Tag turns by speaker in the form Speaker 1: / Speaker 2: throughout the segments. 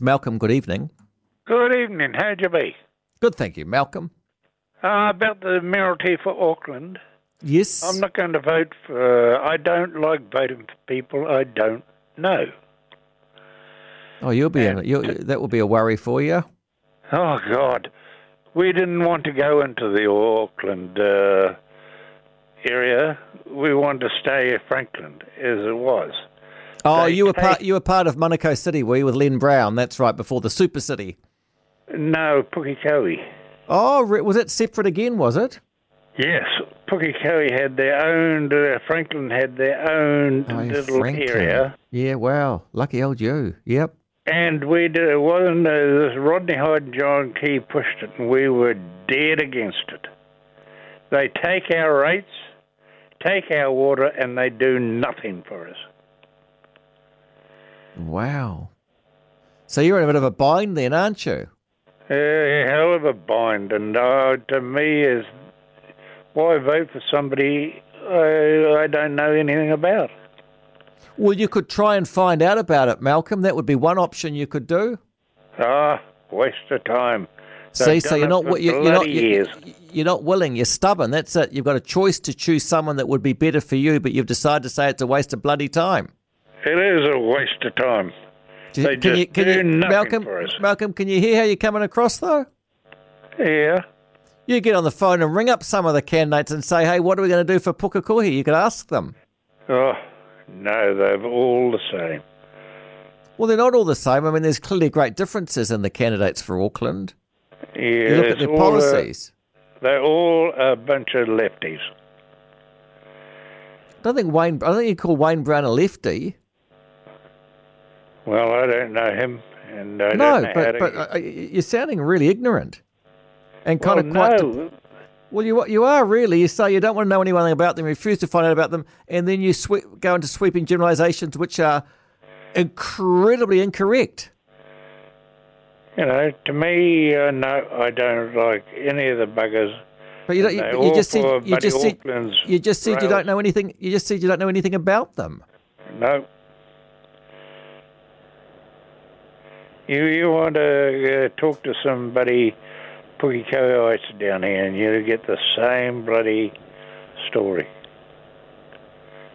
Speaker 1: Malcolm, good evening.
Speaker 2: Good evening. How'd you be?
Speaker 1: Good, thank you. Malcolm?
Speaker 2: Uh, about the mayoralty for Auckland,
Speaker 1: Yes.
Speaker 2: I'm not going to vote for. I don't like voting for people I don't know.
Speaker 1: oh, you'll be in it. You'll, that will be a worry for you.
Speaker 2: Oh God, we didn't want to go into the Auckland uh, area. We wanted to stay at Franklin as it was.
Speaker 1: Oh,
Speaker 2: They
Speaker 1: you were
Speaker 2: take-
Speaker 1: part. You were part of Monaco City, were you, with Len Brown? That's right, before the Super City.
Speaker 2: No, Pukekohe.
Speaker 1: Oh, re- was it separate again? Was it?
Speaker 2: Yes, Pukekohe had their own. Uh, Franklin had their own
Speaker 1: Oh,
Speaker 2: little
Speaker 1: Franklin.
Speaker 2: area.
Speaker 1: Yeah. Wow. Lucky old you. Yep.
Speaker 2: And we did, it wasn't, uh, this Rodney Hyde and John Key pushed it, and we were dead against it. They take our rates, take our water, and they do nothing for us.
Speaker 1: Wow. So you're in a bit of a bind then, aren't you?
Speaker 2: Uh, hell of a bind, and uh, to me is why vote for somebody uh, I, I don't know anything about.
Speaker 1: Well, you could try and find out about it, Malcolm. That would be one option you could do.
Speaker 2: Ah, waste of time.
Speaker 1: See,
Speaker 2: They've
Speaker 1: so
Speaker 2: done
Speaker 1: you're
Speaker 2: it
Speaker 1: not
Speaker 2: for
Speaker 1: wi- you're, you're not
Speaker 2: bloody
Speaker 1: you're,
Speaker 2: years.
Speaker 1: you're not willing. You're stubborn. That's it. You've got a choice to choose someone that would be better for you, but you've decided to say it's a waste of bloody time.
Speaker 2: It is a waste of time.
Speaker 1: Do
Speaker 2: They just do nothing
Speaker 1: Malcolm,
Speaker 2: for us.
Speaker 1: Malcolm, can you hear how you're coming across though?
Speaker 2: Yeah.
Speaker 1: You get on the phone and ring up some of the candidates and say, "Hey, what are we going to do for Pukekohe?" You could ask them.
Speaker 2: Oh, no, they're all the same.
Speaker 1: Well, they're not all the same. I mean, there's clearly great differences in the candidates for Auckland.
Speaker 2: Yeah,
Speaker 1: You look at
Speaker 2: it's
Speaker 1: their
Speaker 2: all a-
Speaker 1: policies.
Speaker 2: they're all a bunch of lefties.
Speaker 1: I don't think Wayne. I don't think you call Wayne Brown a lefty.
Speaker 2: Well, I don't know him, and I
Speaker 1: No,
Speaker 2: don't know how
Speaker 1: but
Speaker 2: to
Speaker 1: but uh, you're sounding really ignorant, and
Speaker 2: well,
Speaker 1: kind of quite.
Speaker 2: no,
Speaker 1: Well, you you are really. You say you don't want to know anything about them, refuse to find out about them, and then you sweep, go into sweeping generalisations which are incredibly incorrect.
Speaker 2: you know, to me, uh, no, I don't like any of the buggers.
Speaker 1: But you don't, you,
Speaker 2: They're
Speaker 1: you
Speaker 2: all
Speaker 1: just
Speaker 2: for
Speaker 1: said you
Speaker 2: Buddy
Speaker 1: just said
Speaker 2: Auckland's
Speaker 1: you just said you
Speaker 2: rails.
Speaker 1: don't know anything. You just said you don't know anything about them.
Speaker 2: No. You you want to uh, talk to somebody, Pukekoheites down here, and you get the same bloody story.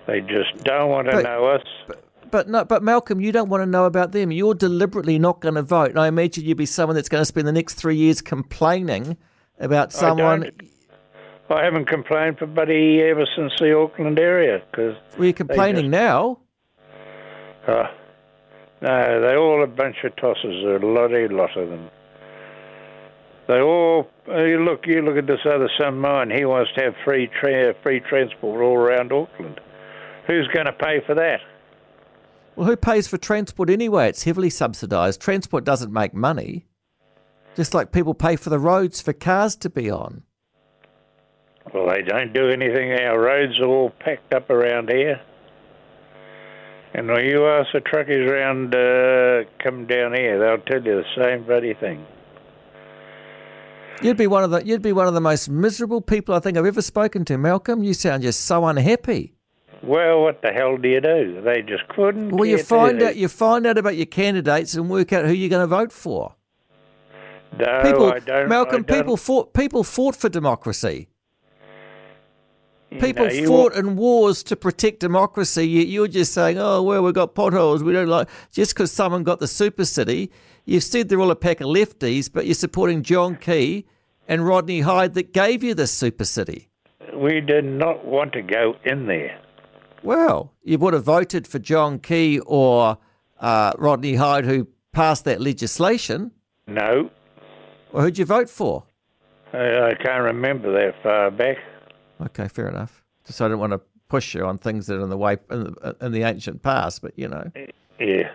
Speaker 2: They just don't want to
Speaker 1: But-
Speaker 2: know us.
Speaker 1: But no, but Malcolm, you don't want to know about them. You're deliberately not going to vote. And I imagine you'd be someone that's going to spend the next three years complaining about someone.
Speaker 2: don't. I haven't complained for Buddy ever since the Auckland area because
Speaker 1: Well, you're complaining now.
Speaker 2: uh, no, they're all a bunch of tosses. A lot, a lot of them. They all uh, you look. You look at this other son, of mine. He wants to have free tra- free transport all around Auckland. Who's going to pay for that?
Speaker 1: Well, who pays for transport anyway? It's heavily subsidised. Transport doesn't make money. Just like people pay for the roads for cars to be on.
Speaker 2: Well, they don't do anything. Our roads are all packed up around here. And when you ask the truckies around, uh, come down here, they'll tell you the same bloody thing.
Speaker 1: You'd be one of the you'd be one of the most miserable people I think I've ever spoken to, Malcolm. You sound just so unhappy.
Speaker 2: Well, what the hell do you do? They just couldn't.
Speaker 1: Well, you
Speaker 2: get
Speaker 1: find
Speaker 2: it.
Speaker 1: out you find out about your candidates and work out who you're going to vote for.
Speaker 2: No,
Speaker 1: people,
Speaker 2: Oh, I don't,
Speaker 1: Malcolm,
Speaker 2: I don't-
Speaker 1: people fought people fought for democracy.
Speaker 2: you know,
Speaker 1: People
Speaker 2: you
Speaker 1: fought
Speaker 2: wa-
Speaker 1: in wars to protect democracy. You, you're just saying, oh, well, we've got potholes. We don't like. Just because someone got the super city, you've said they're all a pack of lefties, but you're supporting John Key and Rodney Hyde that gave you this super city.
Speaker 2: we did not want to go in there.
Speaker 1: Well, you would have voted for John Key or uh, Rodney Hyde who passed that legislation.
Speaker 2: No,
Speaker 1: Or who'd you vote for?
Speaker 2: I, I can't remember that far back.
Speaker 1: Okay, fair enough. Just I didn't want to push you on things that are in the way in the, in the ancient past, but you know.
Speaker 2: Yeah.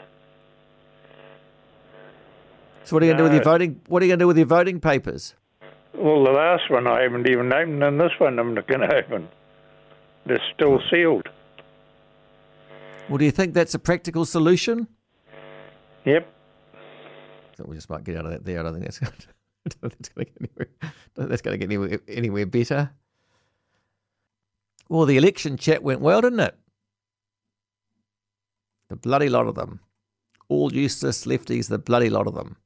Speaker 1: So what are you going to do with your
Speaker 2: No.
Speaker 1: voting? What are you going to do with your voting papers?
Speaker 2: Well, the last one I haven't even opened, and this one I'm not going to open. They're still
Speaker 1: Hmm.
Speaker 2: sealed.
Speaker 1: Well, do you think that's a practical solution?
Speaker 2: Yep.
Speaker 1: I think we just might get out of that there. I don't think that's going to, I don't think that's going to get anywhere. I don't think that's going to get anywhere, anywhere better. Well, the election chat went well, didn't it? The bloody lot of them. all useless lefties, the bloody lot of them.